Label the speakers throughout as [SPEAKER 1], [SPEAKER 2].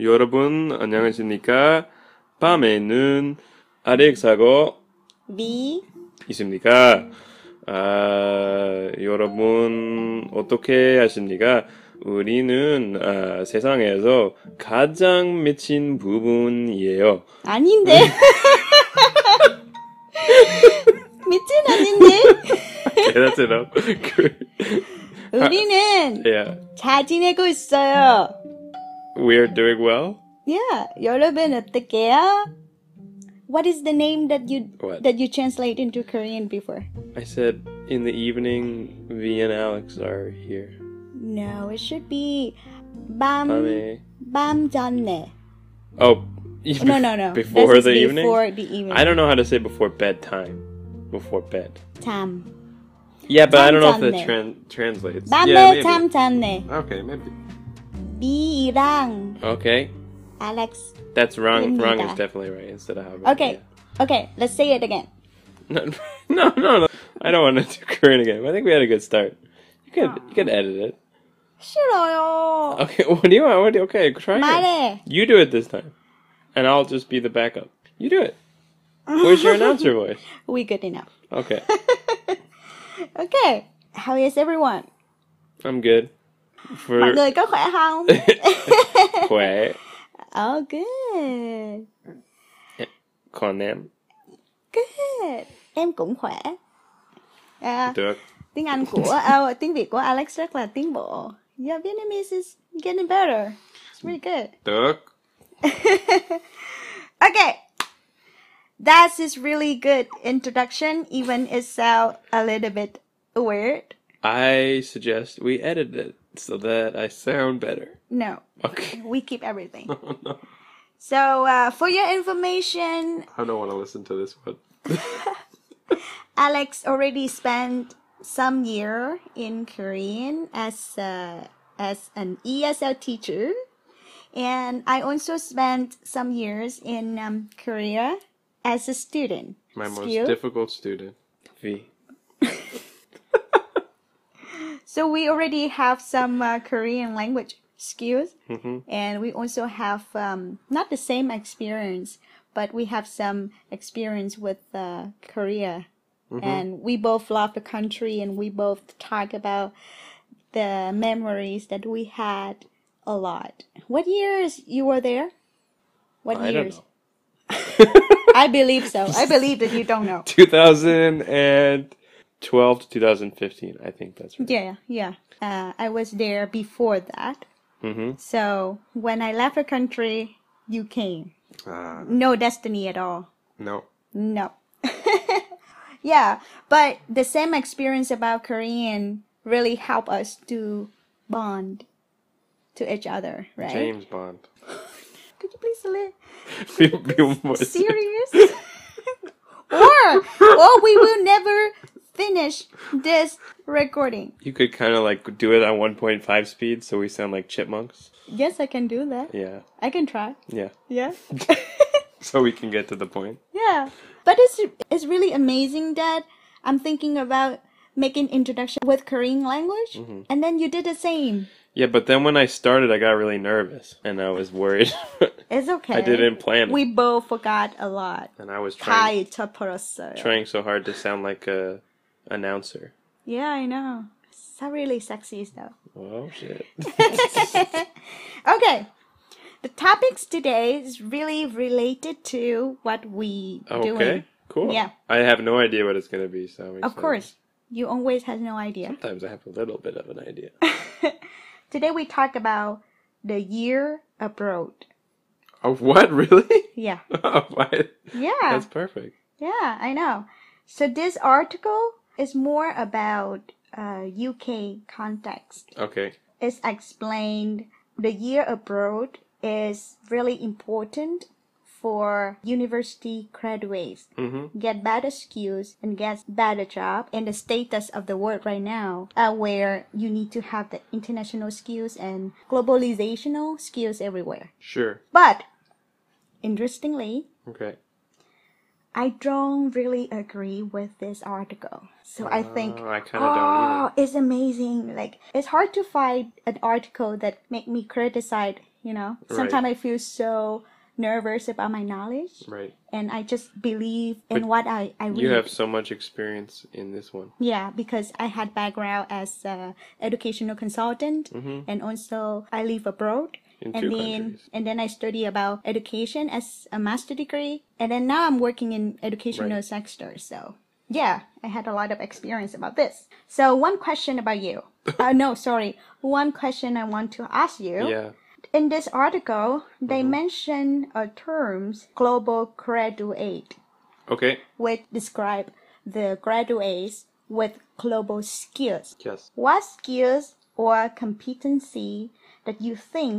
[SPEAKER 1] 여러분 안녕하십니까? 밤에는 알렉사고
[SPEAKER 2] 미
[SPEAKER 1] 있습니까? 아, 여러분 어떻게 하십니까? 우리는 아, 세상에서 가장 미친 부분이에요.
[SPEAKER 2] 아닌데 미친 아닌데
[SPEAKER 1] 대답처럼. 그,
[SPEAKER 2] 우리는
[SPEAKER 1] yeah,
[SPEAKER 2] 잘 지내고 있어요.
[SPEAKER 1] we're doing well.
[SPEAKER 2] Yeah, 여러분 어떻게요? What is the name that you
[SPEAKER 1] What?
[SPEAKER 2] that you translate into Korean before?
[SPEAKER 1] I said in the evening, V and Alex are here.
[SPEAKER 2] No, it should be 밤
[SPEAKER 1] 밤에.
[SPEAKER 2] 밤 전에.
[SPEAKER 1] Oh,
[SPEAKER 2] No, no, no.
[SPEAKER 1] Before
[SPEAKER 2] This is
[SPEAKER 1] the evening?
[SPEAKER 2] Before the evening.
[SPEAKER 1] I don't know how to say before bedtime. Before bed.
[SPEAKER 2] 잠.
[SPEAKER 1] Yeah, but I don't know if that
[SPEAKER 2] 잠잠네.
[SPEAKER 1] tran- translates.
[SPEAKER 2] 밤에
[SPEAKER 1] yeah, maybe.
[SPEAKER 2] 잠 잠네.
[SPEAKER 1] Okay, maybe.
[SPEAKER 2] 미랑
[SPEAKER 1] Okay,
[SPEAKER 2] Alex.
[SPEAKER 1] that's wrong.
[SPEAKER 2] Maybe
[SPEAKER 1] Wrong
[SPEAKER 2] that.
[SPEAKER 1] is definitely right instead of how.
[SPEAKER 2] Okay, okay, let's say it again.
[SPEAKER 1] No, no, no, no. I don't want to do Korean again. I think we had a good start. You could, you could edit it.
[SPEAKER 2] 싫어요.
[SPEAKER 1] Okay, what do you want? What do you, okay, try it.
[SPEAKER 2] 말해.
[SPEAKER 1] You do it this time, and I'll just be the backup. You do it. Where's your announcer voice?
[SPEAKER 2] We good enough.
[SPEAKER 1] Okay,
[SPEAKER 2] Okay, how is everyone?
[SPEAKER 1] I'm good. For
[SPEAKER 2] Mọi người có khỏe không?
[SPEAKER 1] Quay
[SPEAKER 2] oh, good.
[SPEAKER 1] Conan
[SPEAKER 2] Good. Em cũng khỏe. À,
[SPEAKER 1] Duck.
[SPEAKER 2] tiếng Anh của à, tiếng Việt của Alex rất là tiến bộ. Your Vietnamese is getting better. It's really good.
[SPEAKER 1] Duck.
[SPEAKER 2] Okay. That is really good introduction, even it sound a little bit weird.
[SPEAKER 1] I suggest we edit it so that I sound better.
[SPEAKER 2] No,
[SPEAKER 1] Okay.
[SPEAKER 2] we keep everything.
[SPEAKER 1] Oh, no.
[SPEAKER 2] So, uh, for your information,
[SPEAKER 1] I don't want to listen to this one.
[SPEAKER 2] Alex already spent some year in Korean as uh, as an ESL teacher, and I also spent some years in um, Korea as a student.
[SPEAKER 3] My most
[SPEAKER 2] Skill.
[SPEAKER 3] difficult student.
[SPEAKER 1] V.
[SPEAKER 2] So we already have some uh, Korean language skills,
[SPEAKER 1] Mhm.
[SPEAKER 2] and we also have um, not the same experience, but we have some experience with uh, Korea,
[SPEAKER 1] Mm-hmm.
[SPEAKER 2] and we both love the country, and we both talk about the memories that we had a lot. What years you were there? What
[SPEAKER 1] I don't
[SPEAKER 2] years?
[SPEAKER 1] know.
[SPEAKER 2] I believe so. I believe that you don't know.
[SPEAKER 1] 2012 to 2015. I think that's right.
[SPEAKER 2] Yeah, yeah. Uh, I was there before that.
[SPEAKER 1] Mhm.
[SPEAKER 2] So when I left the country, you came.
[SPEAKER 3] Ah,
[SPEAKER 2] No destiny at all.
[SPEAKER 3] no.
[SPEAKER 2] No. yeah, but the same experience about Korean really helped us to bond to each other, right?
[SPEAKER 3] James Bond.
[SPEAKER 2] Could you please li-
[SPEAKER 1] Feel- feel more
[SPEAKER 2] serious? or or we will never finish this recording.
[SPEAKER 1] You could kind of like do it on 1.5 speed so we sound like chipmunks.
[SPEAKER 2] Yes, I can do that.
[SPEAKER 1] Yeah.
[SPEAKER 2] I can try.
[SPEAKER 1] Yeah.
[SPEAKER 2] Yeah.
[SPEAKER 1] So we can get to the point.
[SPEAKER 2] Yeah, but it's it's really amazing that I'm thinking about making introduction with Korean language,
[SPEAKER 1] Mm-hmm.
[SPEAKER 2] and then you did the same.
[SPEAKER 1] Yeah, but then when I started, I got really nervous and I was worried.
[SPEAKER 2] It's okay.
[SPEAKER 1] I didn't plan it.
[SPEAKER 2] We both forgot a lot.
[SPEAKER 1] and I was trying
[SPEAKER 2] Kai taporosa.
[SPEAKER 1] trying so hard to sound like a announcer.
[SPEAKER 2] Yeah, I know. So really sexy stuff.
[SPEAKER 1] Oh shit.
[SPEAKER 2] Okay. The topics today is really related to what we
[SPEAKER 1] Okay.
[SPEAKER 2] doing.
[SPEAKER 1] Cool.
[SPEAKER 2] Yeah.
[SPEAKER 1] I have no idea what it's gonna be, so I'm
[SPEAKER 2] Of
[SPEAKER 1] excited.
[SPEAKER 2] course, you always has no idea.
[SPEAKER 1] Sometimes I have a little bit of an idea.
[SPEAKER 2] Today we talk about the year abroad.
[SPEAKER 1] oh what? Really?
[SPEAKER 2] Yeah.
[SPEAKER 1] oh, why?
[SPEAKER 2] Yeah.
[SPEAKER 1] That's perfect.
[SPEAKER 2] Yeah, I know. So this article is more about uh, UK context.
[SPEAKER 1] Okay.
[SPEAKER 2] It's explained the year abroad is really important for university graduates
[SPEAKER 1] Mhm.
[SPEAKER 2] get better skills and get better job and the status of the world right now uh, where you need to have the international skills and globalizational skills everywhere
[SPEAKER 1] Sure.
[SPEAKER 2] but interestingly
[SPEAKER 1] Okay.
[SPEAKER 2] I don't really agree with this article. So I think Ah.
[SPEAKER 1] Oh, I kinda don't
[SPEAKER 2] oh, it's amazing. Like it's hard to find an article that make me criticize you know
[SPEAKER 1] Right.
[SPEAKER 2] sometimes i feel so nervous about my knowledge
[SPEAKER 1] Right.
[SPEAKER 2] and i just believe in
[SPEAKER 1] But
[SPEAKER 2] what i, I read
[SPEAKER 1] You have so much experience in this one.
[SPEAKER 2] yeah because i had background as a educational consultant
[SPEAKER 1] hmm
[SPEAKER 2] and also i live abroad
[SPEAKER 1] In
[SPEAKER 2] and
[SPEAKER 1] two
[SPEAKER 2] then
[SPEAKER 1] countries.
[SPEAKER 2] and then I study about education as a master degree, and then now I'm working in educational
[SPEAKER 1] Right.
[SPEAKER 2] sector. So yeah, I had a lot of experience about this. So one question about you. uh, no, sorry. One question I want to ask you.
[SPEAKER 1] Yeah. Mm-hmm.
[SPEAKER 2] In this article, they mention a terms global graduate,
[SPEAKER 1] Okay.
[SPEAKER 2] which describe the graduates with global skills
[SPEAKER 1] Yes.
[SPEAKER 2] what skills or competency that you think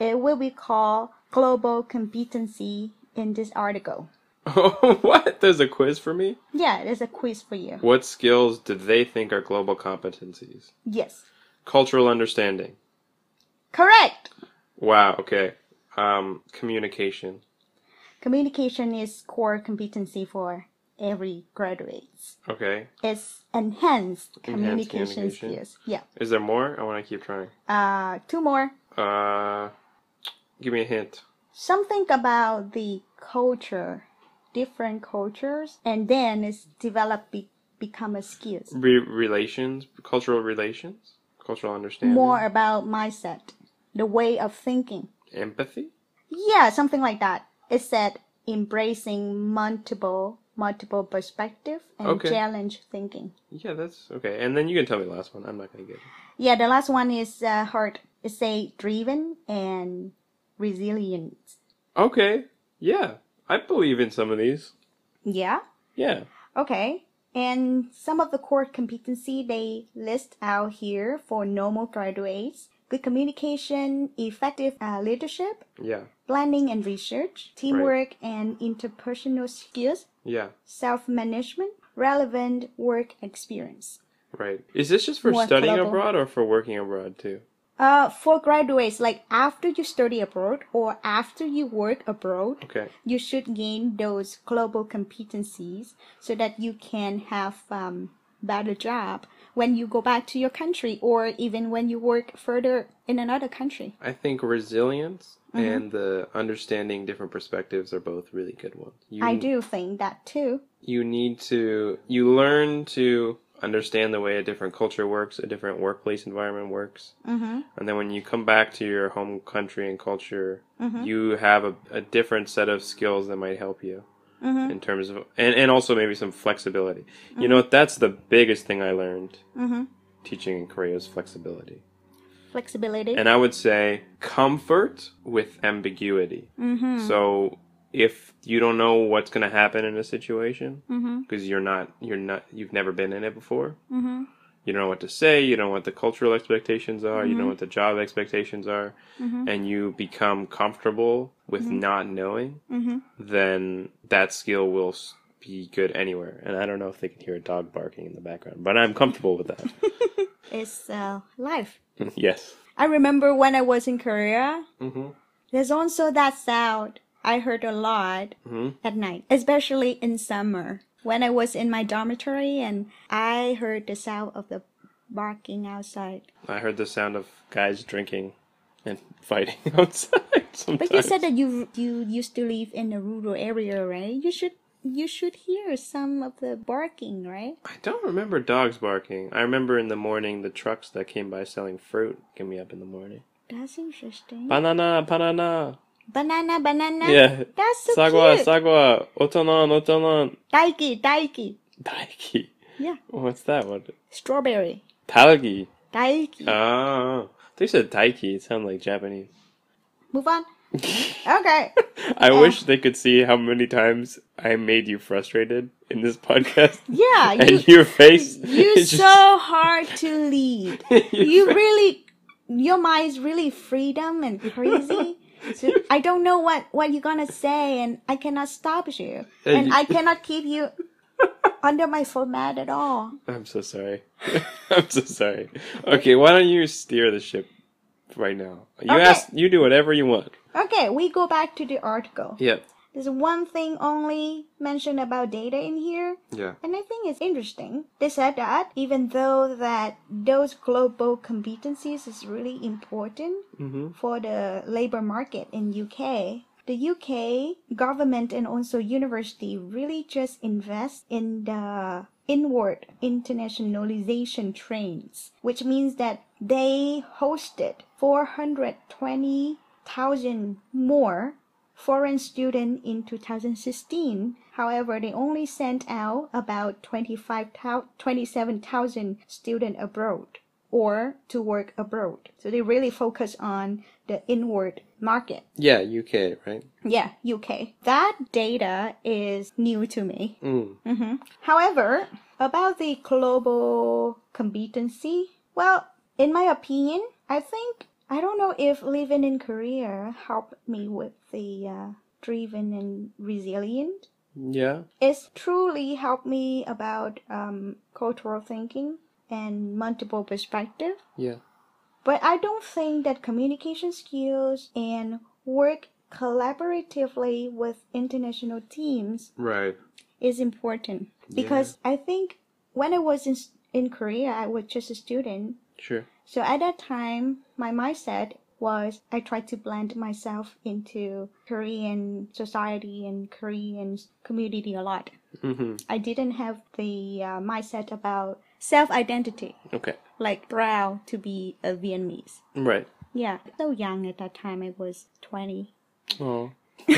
[SPEAKER 2] it will be called global competency in this article.
[SPEAKER 1] Oh, what? There's a quiz for me?
[SPEAKER 2] Yeah, there's a quiz for you.
[SPEAKER 1] What skills do they think are global competencies?
[SPEAKER 2] Yes.
[SPEAKER 1] Cultural understanding.
[SPEAKER 2] Correct.
[SPEAKER 1] Wow, okay. Um, communication.
[SPEAKER 2] Communication is core competency for every graduates.
[SPEAKER 1] Okay.
[SPEAKER 2] It's enhanced
[SPEAKER 1] Enhanced
[SPEAKER 2] communication,
[SPEAKER 1] communication.
[SPEAKER 2] skills. Yeah.
[SPEAKER 1] Is there more? I want to keep trying.
[SPEAKER 2] Uh, two more.
[SPEAKER 1] Uh, give me a hint.
[SPEAKER 2] Something about the culture, different cultures, and then it's developed be- become a skills.
[SPEAKER 1] Re- relations, cultural relations, cultural understanding,
[SPEAKER 2] more about mindset, the way of thinking.
[SPEAKER 1] empathy.
[SPEAKER 2] Yeah, something like that. It said embracing multiple multiple perspective and
[SPEAKER 1] Okay.
[SPEAKER 2] challenge thinking.
[SPEAKER 1] Yeah, that's okay. And then you can tell me the last one. I'm not gonna get it.
[SPEAKER 2] Yeah, the last one is uh, hard. It say driven and resilient.
[SPEAKER 1] Okay. Yeah, I believe in some of these.
[SPEAKER 2] Yeah.
[SPEAKER 1] Yeah.
[SPEAKER 2] Okay. And some of the core competency they list out here for normal graduates: good communication, effective uh, leadership,
[SPEAKER 1] Yeah.
[SPEAKER 2] planning and research, teamwork and interpersonal skills,
[SPEAKER 1] Yeah.
[SPEAKER 2] self management, relevant work experience.
[SPEAKER 1] Right. Is this just for
[SPEAKER 2] More
[SPEAKER 1] studying
[SPEAKER 2] global.
[SPEAKER 1] abroad or for working abroad too?
[SPEAKER 2] Uh, for graduates, like after you study abroad or after you work abroad,
[SPEAKER 1] Okay.
[SPEAKER 2] you should gain those global competencies so that you can have um, better job when you go back to your country or even when you work further in another country.
[SPEAKER 1] I think resilience
[SPEAKER 2] Mm-hmm.
[SPEAKER 1] and the understanding different perspectives are both really good ones. You,
[SPEAKER 2] I do think that too.
[SPEAKER 1] You need to you learn to understand the way a different culture works, a different workplace environment works,
[SPEAKER 2] Mm-hmm.
[SPEAKER 1] and then when you come back to your home country and culture, you have a, a different set of skills that might help you
[SPEAKER 2] Mhm.
[SPEAKER 1] in terms of and, and also maybe some flexibility. You know, that's the biggest thing I learned
[SPEAKER 2] Mhm.
[SPEAKER 1] teaching in Korea is flexibility.
[SPEAKER 2] Flexibility.
[SPEAKER 1] And I would say comfort with ambiguity.
[SPEAKER 2] mm-hmm.
[SPEAKER 1] So if you don't know what's going to happen in a situation
[SPEAKER 2] Mm-hmm.
[SPEAKER 1] because you're not you're not you've never been in it before,
[SPEAKER 2] Mm-hmm.
[SPEAKER 1] you don't know what to say, you don't know what the cultural expectations are, you don't
[SPEAKER 2] Mm-hmm.
[SPEAKER 1] know what the job expectations are,
[SPEAKER 2] Mhm.
[SPEAKER 1] and you become comfortable with not knowing,
[SPEAKER 2] Mm-hmm.
[SPEAKER 1] then that skill will s- be good anywhere. And I don't know if they can hear a dog barking in the background, but I'm comfortable with that.
[SPEAKER 2] It's uh, life.
[SPEAKER 1] yes.
[SPEAKER 2] I remember when I was in Korea,
[SPEAKER 1] Mm-hmm.
[SPEAKER 2] there's also that sound I heard a lot
[SPEAKER 1] hmm
[SPEAKER 2] at night, especially in summer. When I was in my dormitory and I heard the sound of the barking outside.
[SPEAKER 1] I heard the sound of guys drinking and fighting outside. Sometimes.
[SPEAKER 2] But you said that you you used to live in a rural area, right? You should you should hear some of the barking, right?
[SPEAKER 1] I don't remember dogs barking. I remember in the morning the trucks that came by selling fruit get me up in the morning.
[SPEAKER 2] That's interesting.
[SPEAKER 1] Banana, banana.
[SPEAKER 2] banana, banana.
[SPEAKER 1] Yeah.
[SPEAKER 2] That's so
[SPEAKER 1] sagwa,
[SPEAKER 2] cute.
[SPEAKER 1] sagwa. Otonon, otonon.
[SPEAKER 2] Daiki, daiki.
[SPEAKER 1] Daiki.
[SPEAKER 2] Yeah.
[SPEAKER 1] What's that one?
[SPEAKER 2] Strawberry.
[SPEAKER 1] Talgi.
[SPEAKER 2] Daiki.
[SPEAKER 1] Ah. They said daiki. It sounded like Japanese.
[SPEAKER 2] Move on. Okay.
[SPEAKER 1] I
[SPEAKER 2] Oh.
[SPEAKER 1] wish they could see how many times I made you frustrated in this podcast.
[SPEAKER 2] Yeah, you
[SPEAKER 1] and your face.
[SPEAKER 2] you're
[SPEAKER 1] is just-
[SPEAKER 2] so hard to lead. You really your mind's really freedom and crazy. So I don't know what what you're gonna say, and I cannot stop you,
[SPEAKER 1] Hey,
[SPEAKER 2] and
[SPEAKER 1] you-
[SPEAKER 2] I cannot keep you under my format at all.
[SPEAKER 1] I'm so sorry. I'm so sorry. Okay, why don't you steer the ship right now? You
[SPEAKER 2] Okay.
[SPEAKER 1] ask. You do whatever you want.
[SPEAKER 2] Okay, we go back to the article.
[SPEAKER 1] Yep.
[SPEAKER 2] There's one thing only mentioned about data in here,
[SPEAKER 1] Yeah.
[SPEAKER 2] and I think it's interesting. They said that even though that those global competencies is really important
[SPEAKER 1] Mm-hmm.
[SPEAKER 2] for the labor market in UK, the UK government and also university really just invest in the inward internationalization trends, which means that they hosted 420,000 more foreign student in 2016. However, they only sent out about 25,000 27,000 student abroad or to work abroad. So they really focus on the inward market.
[SPEAKER 1] Yeah, UK, right?
[SPEAKER 2] Yeah, UK. That data is new to me.
[SPEAKER 1] Mm.
[SPEAKER 2] hmm However, about the global competency, well, in my opinion, I think I don't know if living in Korea helped me with the uh, driven and resilient.
[SPEAKER 1] Yeah.
[SPEAKER 2] It's truly helped me about um, cultural thinking and multiple perspective.
[SPEAKER 1] Yeah.
[SPEAKER 2] But I don't think that communication skills and work collaboratively with international teams
[SPEAKER 1] Right.
[SPEAKER 2] is important
[SPEAKER 1] Yeah.
[SPEAKER 2] because I think when I was in, in Korea, I was just a student.
[SPEAKER 1] Sure.
[SPEAKER 2] So at that time, my mindset was I tried to blend myself into Korean society and Korean community a lot.
[SPEAKER 1] Mm-hmm.
[SPEAKER 2] I didn't have the uh, mindset about self identity,
[SPEAKER 1] Okay.
[SPEAKER 2] like proud to be a Vietnamese.
[SPEAKER 1] Right.
[SPEAKER 2] Yeah, so young at that time. I was 20.
[SPEAKER 1] Oh.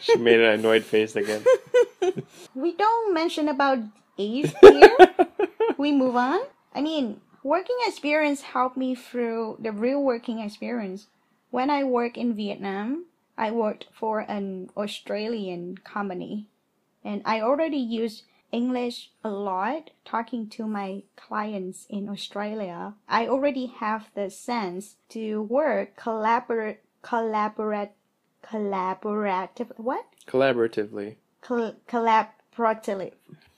[SPEAKER 1] she made an annoyed face again.
[SPEAKER 2] We don't mention about age here. we move on. I mean, working experience helped me through the real working experience. When I work in Vietnam, I worked for an Australian company, and I already used English a lot talking to my clients in Australia. I already have the sense to work collaborate collaborate collaborative what?
[SPEAKER 1] Collaboratively.
[SPEAKER 2] Col- collaboratively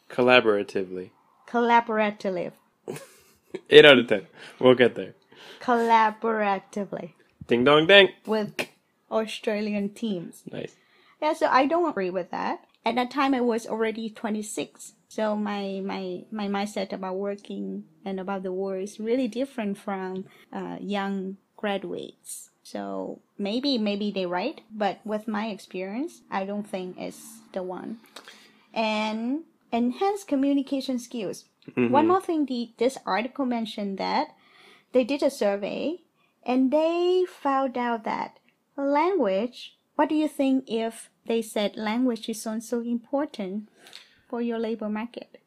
[SPEAKER 1] Collaboratively.
[SPEAKER 2] collaboratively
[SPEAKER 1] Eight out of ten. We'll get there.
[SPEAKER 2] collaboratively
[SPEAKER 1] Ding dong dang.
[SPEAKER 2] with Australian teams.
[SPEAKER 1] Nice.
[SPEAKER 2] Yeah, so I don't agree with that. At that time, I was already 26, so my my my mindset about working and about the war is really different from uh, young graduates. So maybe maybe they right, but with my experience, I don't think it's the one. And enhance communication skills.
[SPEAKER 1] Mm-hmm.
[SPEAKER 2] One more thing, the, this article mentioned that they did a survey and they found out that language what do you think if they said language is so so important for your labor market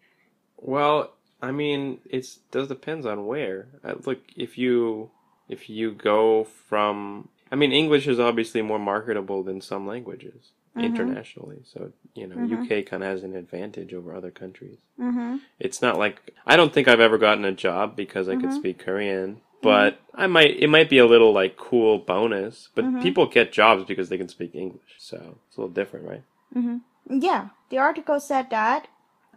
[SPEAKER 1] Well, I mean, it's does depends on where. Uh, look, if you if you go from, I mean, English is obviously more marketable than some languages internationally. So you know, UK kind of has an advantage over other countries.
[SPEAKER 2] mm-hmm.
[SPEAKER 1] It's not like I don't think I've ever gotten a job because I could speak Korean. But I might it might be a little like cool bonus, but people get jobs because they can speak English, so it's a little different, right?
[SPEAKER 2] mm-hmm. yeah the article said that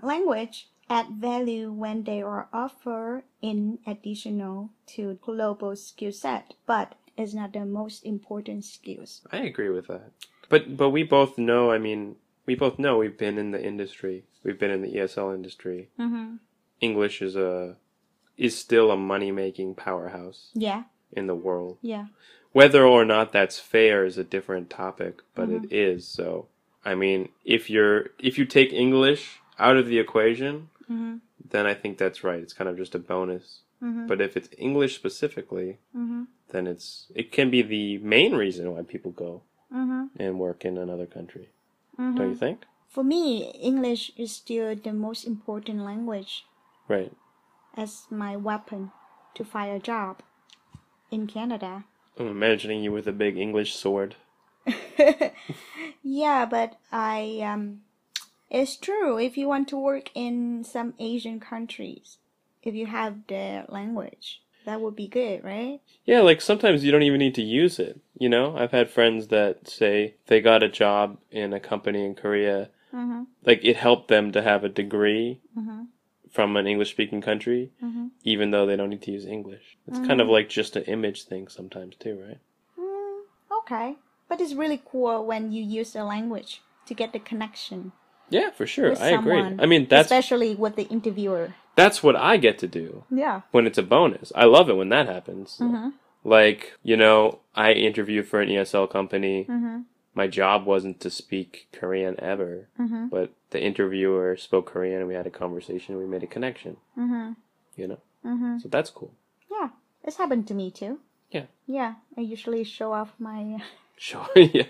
[SPEAKER 2] language add value when they are offered in additional to global skill set but is not the most important skills
[SPEAKER 1] I agree with that. But but we both know, I mean, we both know we've been in the industry. We've been in the ESL industry.
[SPEAKER 2] mm-hmm.
[SPEAKER 1] English is a is still a money-making powerhouse
[SPEAKER 2] yeah
[SPEAKER 1] in the world.
[SPEAKER 2] yeah
[SPEAKER 1] Whether or not that's fair is a different topic, but it is. So, I mean, if you're if you take English out of the equation,
[SPEAKER 2] mm-hmm.
[SPEAKER 1] then I think that's right. It's kind of just a bonus.
[SPEAKER 2] Mhm.
[SPEAKER 1] But if it's English specifically,
[SPEAKER 2] Mm-hmm.
[SPEAKER 1] then it's it can be the main reason why people go
[SPEAKER 2] Mm-hmm.
[SPEAKER 1] and work in another country.
[SPEAKER 2] Mhm.
[SPEAKER 1] Don't you think?
[SPEAKER 2] for me english is still the most important language
[SPEAKER 1] Right.
[SPEAKER 2] as my weapon to find a job in Canada.
[SPEAKER 1] I'm imagining you with a big English sword.
[SPEAKER 2] Yeah, but I um it's true if you want to work in some Asian countries, if you have the language, that would be good, right?
[SPEAKER 1] Yeah, like sometimes you don't even need to use it. You know, I've had friends that say they got a job in a company in Korea.
[SPEAKER 2] Mhm.
[SPEAKER 1] Like it helped them to have a degree
[SPEAKER 2] Mhm.
[SPEAKER 1] from an English speaking country,
[SPEAKER 2] Mhm.
[SPEAKER 1] even though they don't need to use English. It's kind of like just an image thing sometimes, too, right?
[SPEAKER 2] Mm, okay. But it's really cool when you use the language to get the connection
[SPEAKER 1] Yeah, for sure.
[SPEAKER 2] with
[SPEAKER 1] I agree.
[SPEAKER 2] someone.
[SPEAKER 1] I mean, that's
[SPEAKER 2] especially with the interviewer.
[SPEAKER 1] that's what I get to do
[SPEAKER 2] Yeah.
[SPEAKER 1] when it's a bonus. I love it when that happens.
[SPEAKER 2] Mm-hmm.
[SPEAKER 1] Like, you know, I interviewed for an ESL company.
[SPEAKER 2] Mm-hmm.
[SPEAKER 1] My job wasn't to speak Korean ever,
[SPEAKER 2] Mm-hmm.
[SPEAKER 1] but the interviewer spoke Korean and we had a conversation, we made a connection,
[SPEAKER 2] Mm-hmm.
[SPEAKER 1] you know?
[SPEAKER 2] Mm-hmm.
[SPEAKER 1] So that's cool.
[SPEAKER 2] Yeah. It's happened to me too.
[SPEAKER 1] Yeah.
[SPEAKER 2] Yeah. I usually show off my
[SPEAKER 1] Sure. yeah.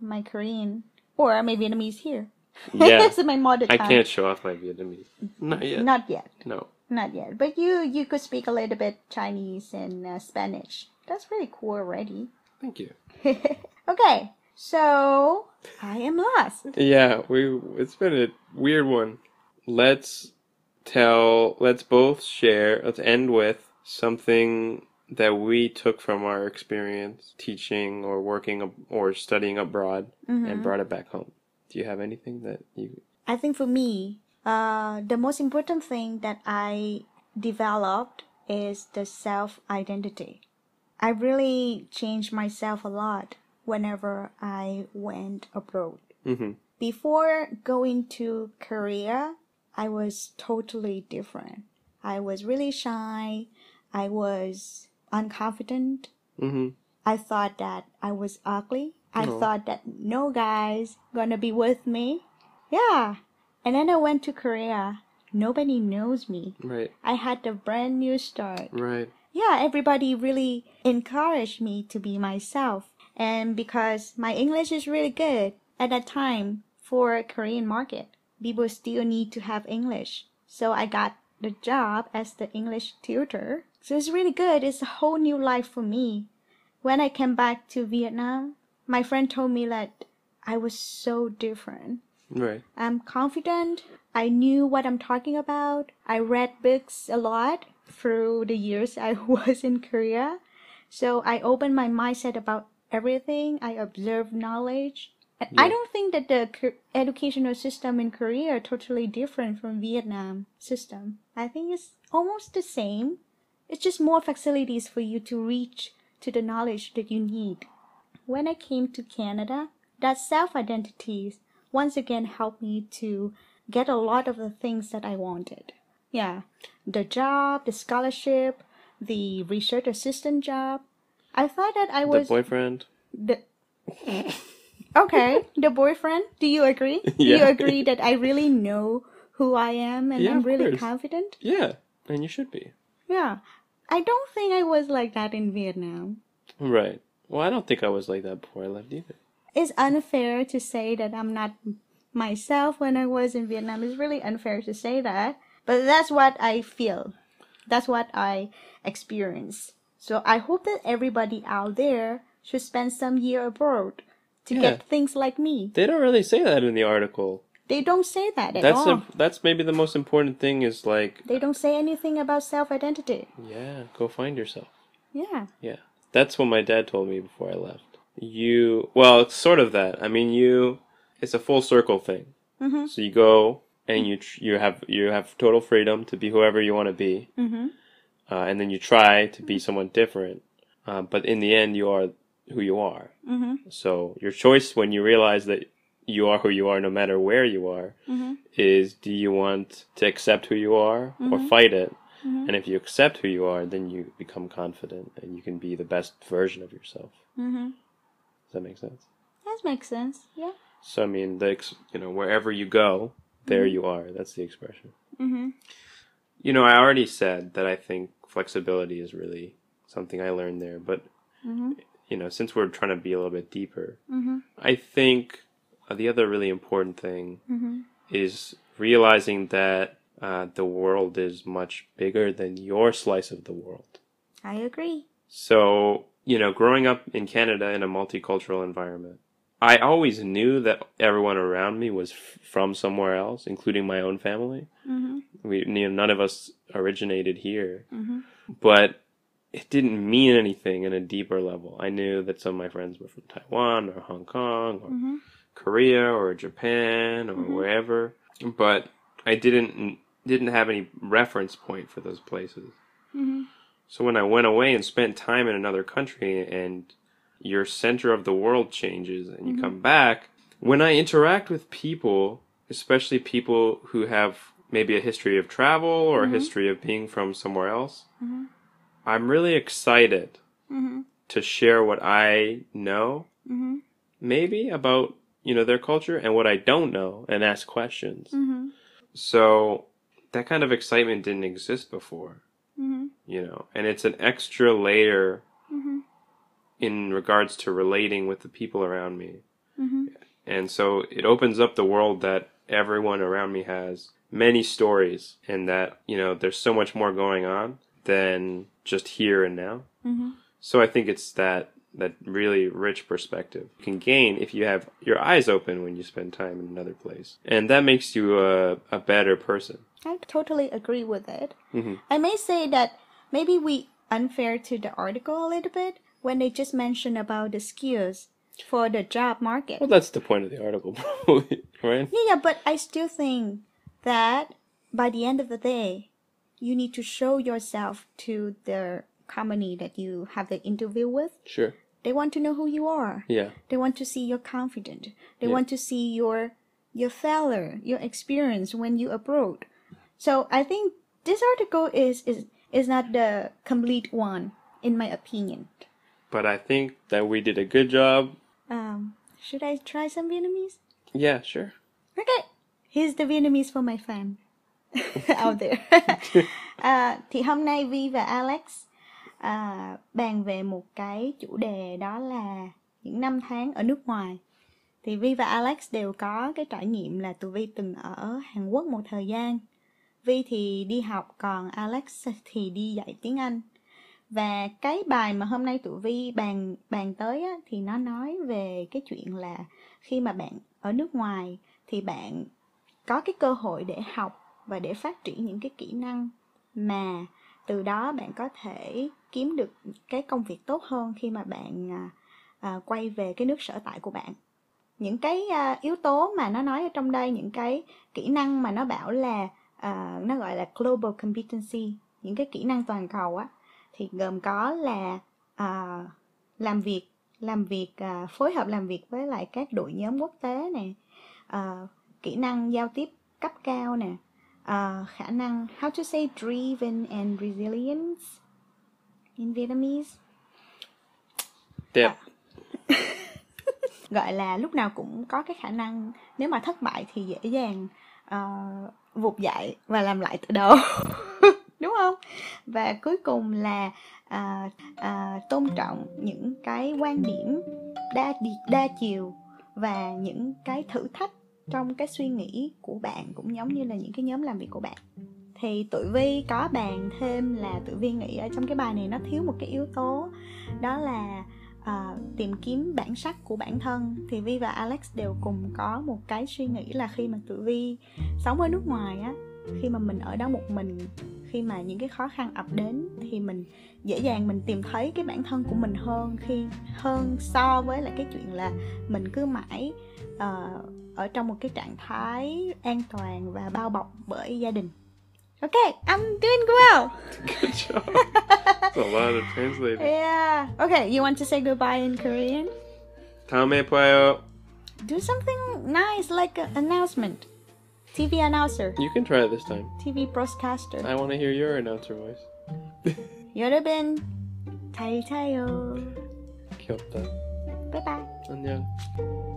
[SPEAKER 2] my Korean or my Vietnamese here.
[SPEAKER 1] Yeah.
[SPEAKER 2] it's my mother
[SPEAKER 1] I
[SPEAKER 2] tongue.
[SPEAKER 1] can't show off my Vietnamese. Not yet.
[SPEAKER 2] Not yet.
[SPEAKER 1] No.
[SPEAKER 2] Not yet. But you you could speak a little bit Chinese and uh, Spanish. That's really cool already.
[SPEAKER 1] Thank you.
[SPEAKER 2] okay. So I am lost.
[SPEAKER 1] Yeah, we it's been a weird one. Let's tell let's both share let's end with something that we took from our experience teaching or working ab- or studying abroad
[SPEAKER 2] Mm-hmm.
[SPEAKER 1] and brought it back home. Do you have anything that you
[SPEAKER 2] I think for me, uh, the most important thing that I developed is the self identity. I really changed myself a lot whenever I went abroad.
[SPEAKER 1] Mhm.
[SPEAKER 2] Before going to Korea, I was totally different. I was really shy. I was unconfident.
[SPEAKER 1] Mhm.
[SPEAKER 2] I thought that I was ugly. I
[SPEAKER 1] No.
[SPEAKER 2] thought that no guy's gonna be with me. Yeah. And then I went to Korea. Nobody knows me.
[SPEAKER 1] Right.
[SPEAKER 2] I had a brand new start.
[SPEAKER 1] Right.
[SPEAKER 2] Yeah, everybody really encouraged me to be myself. And because my English is really good at that time for Korean market, people still need to have English. So I got the job as the English tutor. So it's really good. It's a whole new life for me. When I came back to Vietnam, my friend told me that I was so different.
[SPEAKER 1] Right.
[SPEAKER 2] I'm confident. I knew what I'm talking about. I read books a lot through the years I was in Korea. So I opened my mindset about everything. I observed knowledge. And I
[SPEAKER 1] Yeah.
[SPEAKER 2] don't think that the Ko- educational system in Korea are totally different from Vietnam system. I think it's almost the same. It's just more facilities for you to reach to the knowledge that you need. When I came to Canada, that self identity once again helped me to get a lot of the things that I wanted. Yeah, the job, the scholarship, the research assistant job. I thought that I
[SPEAKER 1] The
[SPEAKER 2] was
[SPEAKER 1] boyfriend.
[SPEAKER 2] the okay, the boyfriend. Do you agree? Do you
[SPEAKER 1] Yeah.
[SPEAKER 2] agree that I really know who I am and
[SPEAKER 1] Yeah,
[SPEAKER 2] I'm
[SPEAKER 1] of
[SPEAKER 2] really
[SPEAKER 1] course.
[SPEAKER 2] confident?
[SPEAKER 1] Yeah. And you should be.
[SPEAKER 2] Yeah. I don't think I was like that in Vietnam.
[SPEAKER 1] Right. Well, I don't think I was like that before I left either.
[SPEAKER 2] It's unfair to say that I'm not myself when I was in Vietnam. It's really unfair to say that. But that's what I feel. That's what I experience. So I hope that everybody out there should spend some year abroad to
[SPEAKER 1] Yeah.
[SPEAKER 2] get things like me.
[SPEAKER 1] They don't really say that in the article.
[SPEAKER 2] They don't say that at
[SPEAKER 1] That's
[SPEAKER 2] all.
[SPEAKER 1] the that's maybe the most important thing is like
[SPEAKER 2] They don't say anything about self identity.
[SPEAKER 1] yeah, go find yourself.
[SPEAKER 2] Yeah.
[SPEAKER 1] Yeah. That's what my dad told me before I left. You, well, it's sort of that. I mean, you, it's a full circle thing.
[SPEAKER 2] Mhm.
[SPEAKER 1] So you go and you tr- you have you have total freedom to be whoever you want to be,
[SPEAKER 2] Mm-hmm.
[SPEAKER 1] uh, and then you try to be someone different, uh, but in the end, you are who you are.
[SPEAKER 2] Mm-hmm.
[SPEAKER 1] So your choice when you realize that you are who you are, no matter where you are,
[SPEAKER 2] Mm-hmm.
[SPEAKER 1] is do you want to accept who you are or fight it? And if you accept who you are, then you become confident and you can be the best version of yourself.
[SPEAKER 2] Mm-hmm.
[SPEAKER 1] Does that make sense?
[SPEAKER 2] That makes sense. Yeah.
[SPEAKER 1] So I mean, the ex- you know wherever you go, there you are. That's the expression.
[SPEAKER 2] Mm-hmm.
[SPEAKER 1] You know, I already said that I think flexibility is really something I learned there, but
[SPEAKER 2] Mm-hmm.
[SPEAKER 1] you know, since we're trying to be a little bit deeper,
[SPEAKER 2] Mm-hmm.
[SPEAKER 1] I think uh, the other really important thing
[SPEAKER 2] Mm-hmm.
[SPEAKER 1] is realizing that uh, the world is much bigger than your slice of the world.
[SPEAKER 2] I agree.
[SPEAKER 1] So, you know, growing up in Canada in a multicultural environment, I always knew that everyone around me was f- from somewhere else, including my own family.
[SPEAKER 2] Mm-hmm.
[SPEAKER 1] We, you know, none of us originated here,
[SPEAKER 2] Mm-hmm.
[SPEAKER 1] but it didn't mean anything in a deeper level. I knew that some of my friends were from Taiwan or Hong Kong or
[SPEAKER 2] Mm-hmm.
[SPEAKER 1] Korea or Japan or
[SPEAKER 2] Mhm.
[SPEAKER 1] wherever, but I didn't didn't have any reference point for those places.
[SPEAKER 2] Mm-hmm.
[SPEAKER 1] So when I went away and spent time in another country and your center of the world changes and you
[SPEAKER 2] Mhm.
[SPEAKER 1] come back, when I interact with people, especially people who have maybe a history of travel or a history of being from somewhere else,
[SPEAKER 2] Mm-hmm.
[SPEAKER 1] I'm really excited
[SPEAKER 2] Mhm.
[SPEAKER 1] to share what I know,
[SPEAKER 2] Mhm.
[SPEAKER 1] maybe about you know their culture and what I don't know, and ask questions.
[SPEAKER 2] Mhm.
[SPEAKER 1] So that kind of excitement didn't exist before,
[SPEAKER 2] Mhm.
[SPEAKER 1] you know, and it's an extra layer
[SPEAKER 2] Mhm.
[SPEAKER 1] in regards to relating with the people around me.
[SPEAKER 2] Mhm.
[SPEAKER 1] And so it opens up the world that everyone around me has many stories and that, you know, there's so much more going on than just here and now.
[SPEAKER 2] Mhm.
[SPEAKER 1] So I think it's that that really rich perspective you can gain if you have your eyes open when you spend time in another place. And that makes you a, a better person.
[SPEAKER 2] I totally agree with it.
[SPEAKER 1] Mhm.
[SPEAKER 2] I may say that maybe we unfair to the article a little bit when they just mention about the skills for the job market.
[SPEAKER 1] Well, that's the point of the article, probably, right?
[SPEAKER 2] Yeah, yeah, but I still think that by the end of the day, you need to show yourself to the company that you have the interview with.
[SPEAKER 1] Sure.
[SPEAKER 2] They want to know who you are.
[SPEAKER 1] Yeah.
[SPEAKER 2] They want to see you're confident. They
[SPEAKER 1] Yeah.
[SPEAKER 2] want to see your your valor, your experience when you abroad. So I think this article is is is not the complete one in my opinion.
[SPEAKER 1] But I think that we did a good job.
[SPEAKER 2] Um, should I try some Vietnamese?
[SPEAKER 1] Yeah, sure.
[SPEAKER 2] Okay. Here's the Vietnamese for my fan out there. à, thì hôm nay Vi và Alex à, bàn về một cái chủ đề đó là những năm tháng ở nước ngoài. Thì Vi và Alex đều có cái trải nghiệm là tụi Vi từng ở Hàn Quốc một thời gian. Vi thì đi học còn Alex thì đi dạy tiếng Anh. Và cái bài mà hôm nay tụi Vi bàn bàn tới á, thì nó nói về cái chuyện là khi mà bạn ở nước ngoài thì bạn có cái cơ hội để học và để phát triển những cái kỹ năng mà từ đó bạn có thể kiếm được cái công việc tốt hơn khi mà bạn à, à, quay về cái nước sở tại của bạn những cái à, yếu tố mà nó nói ở trong đây những cái kỹ năng mà nó bảo là à, nó gọi là global competency những cái kỹ năng toàn cầu á thì gồm có là à, làm việc làm việc à, phối hợp làm việc với lại các đội nhóm quốc tế nè ờ, kỹ năng giao tiếp cấp cao nè ờ, khả năng how to say driven and resilience in Vietnamese Dạ.
[SPEAKER 1] Dip.
[SPEAKER 2] gọi là lúc nào cũng có cái khả năng nếu mà thất bại thì dễ dàng ờ, vụt dậy và làm lại từ đầu đúng không và cuối cùng là à, à, tôn trọng những cái quan điểm đa đi- đa chiều và những cái thử thách trong cái suy nghĩ của bạn cũng giống như là những cái nhóm làm việc của bạn thì tụi vi có bàn thêm là tụi vi nghĩ ở trong cái bài này nó thiếu một cái yếu tố đó là à, tìm kiếm bản sắc của bản thân thì vi và alex đều cùng có một cái suy nghĩ là khi mà tụi vi sống ở nước ngoài á khi mà mình ở đó một mình khi mà những cái khó khăn ập đến thì mình dễ dàng mình tìm thấy cái bản thân của mình hơn khi hơn so với lại cái chuyện là mình cứ mãi ờ, ở trong một cái trạng thái an toàn và bao bọc bởi gia đình. Ok, I'm doing well.
[SPEAKER 1] Good job. That's a lot of translating.
[SPEAKER 2] Yeah. Okay, you want to say goodbye in Korean?
[SPEAKER 1] Tame Puyo.
[SPEAKER 2] Do something nice like an announcement. TV announcer,
[SPEAKER 1] You can try it this time.
[SPEAKER 2] TV broadcaster.
[SPEAKER 1] I want to hear your announcer voice.
[SPEAKER 2] 여러분, 잘 자요.
[SPEAKER 1] 귀엽다.
[SPEAKER 2] Bye bye.
[SPEAKER 1] 안녕.